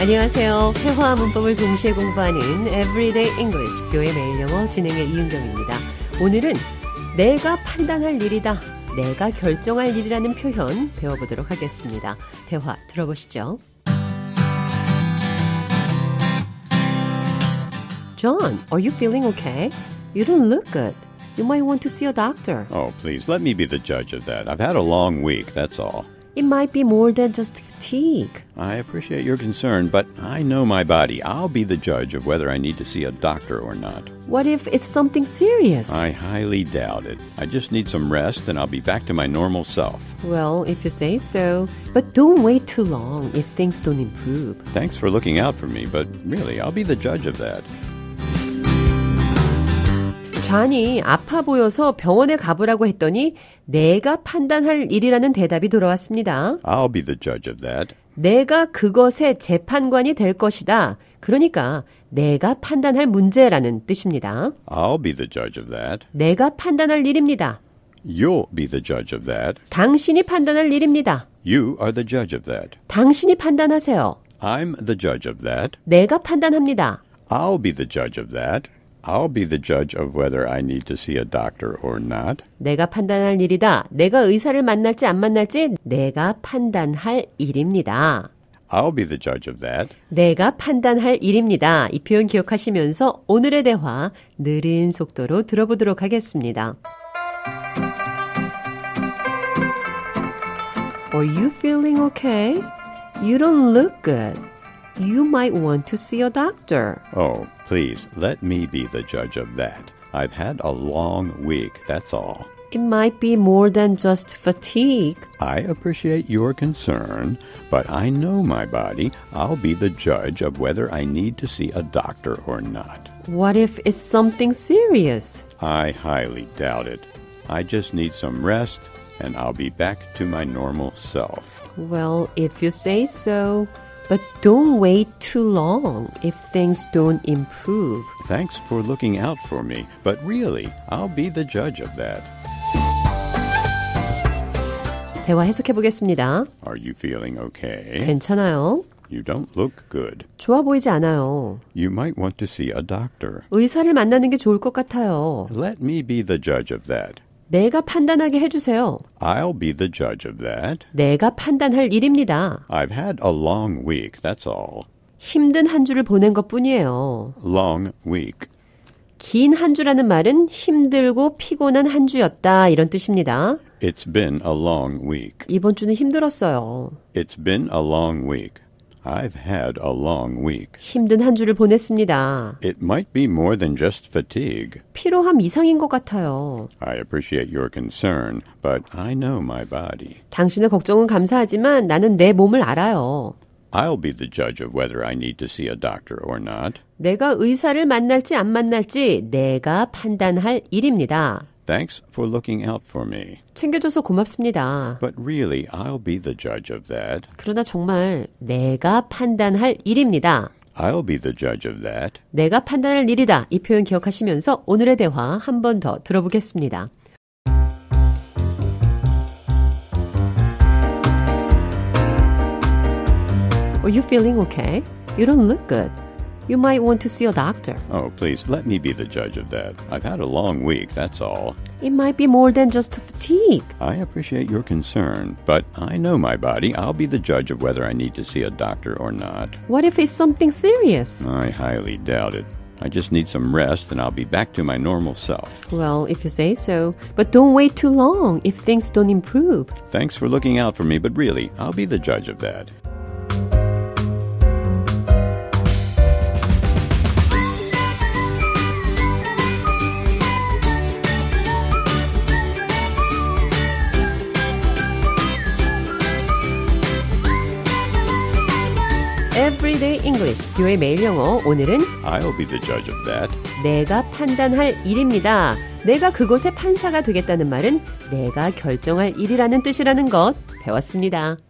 안녕하세요. 회화와 문법을 동시에 공부하는 Everyday English 교의 매일 영어 진행의 이은경입니다. 오늘은 내가 판단할 일이다. 내가 결정할 일이라는 표현 배워보도록 하겠습니다. 대화 들어보시죠. John, are you feeling okay? You don't look good. You might want to see a doctor. Oh, please, let me be the judge of that. I've had a long week, that's all. It might be more than just fatigue. I appreciate your concern, but I know my body. I'll be the judge of whether I need to see a doctor or not. What if it's something serious? I highly doubt it. I just need some rest and I'll be back to my normal self. Well, if you say so. But don't wait too long if things don't improve. Thanks for looking out for me, but really, I'll be the judge of that. 잔이 아파 보여서 병원에 가보라고 했더니 내가 판단할 일이라는 대답이 돌아왔습니다. I'll be the judge of that. 내가 그것의 재판관이 될 것이다. 그러니까 내가 판단할 문제라는 뜻입니다. I'll be the judge of that. 내가 판단할 일입니다. You'll be the judge of that. 당신이 판단할 일입니다. You are the judge of that. 당신이 판단하세요. I'm the judge of that. 내가 판단합니다. I'll be the judge of that. I'll be the judge of whether I need to see a doctor or not. 내가 판단할 일이다. 내가 의사를 만날지 안 만날지 내가 판단할 일입니다. I'll be the judge of that. 내가 판단할 일입니다. 이 표현 기억하시면서 오늘의 대화 느린 속도로 들어보도록 하겠습니다. Are you feeling okay? You don't look good. You might want to see a doctor. Oh, please, let me be the judge of that. I've had a long week, that's all. It might be more than just fatigue. I appreciate your concern, but I know my body. I'll be the judge of whether I need to see a doctor or not. What if it's something serious? I highly doubt it. I just need some rest, and I'll be back to my normal self. Well, if you say so. But don't wait too long if things don't improve. Thanks for looking out for me, but really, I'll be the judge of that. 대화 해석해 보겠습니다. Are you feeling okay? 괜찮아요. You don't look good. 좋아 보이지 않아요. You might want to see a doctor. 의사를 만나는 게 좋을 것 같아요. Let me be the judge of that. 내가 판단하게 해주세요. I'll be the judge of that. 내가 판단할 일입니다. I've had a long week, that's all. 힘든 한 주를 보낸 것 뿐이에요. Long week. 긴 한 주라는 말은 힘들고 피곤한 한 주였다 이런 뜻입니다. It's been a long week. 이번 주는 힘들었어요. It's been a long week. I've had a long week. 힘든 한 주를 보냈습니다. It might be more than just fatigue. 피로함 이상인 것 같아요. I appreciate your concern, but I know my body. 당신의 걱정은 감사하지만 나는 내 몸을 알아요. I'll be the judge of whether I need to see a doctor or not. 내가 의사를 만날지 안 만날지 내가 판단할 일입니다. Thanks for looking out for me. 챙겨줘서 고맙습니다. But really, I'll be the judge of that. 그러나 정말 내가 판단할 일입니다. I'll be the judge of that. 내가 판단할 일이다. 이 표현 기억하시면서 오늘의 대화 한 번 더 들어보겠습니다. Are you feeling okay? You don't look good. You might want to see a doctor. Oh, please, let me be the judge of that. I've had a long week, that's all. It might be more than just fatigue. I appreciate your concern, but I know my body. I'll be the judge of whether I need to see a doctor or not. What if it's something serious? I highly doubt it. I just need some rest and I'll be back to my normal self. Well, if you say so. But don't wait too long if things don't improve. Thanks for looking out for me, but really, I'll be the judge of that. Everyday English, 뷰의 매일 영어. 오늘은 I'll be the judge of that. 내가 판단할 일입니다. 내가 그것의 판사가 되겠다는 말은 내가 결정할 일이라는 뜻이라는 것 배웠습니다.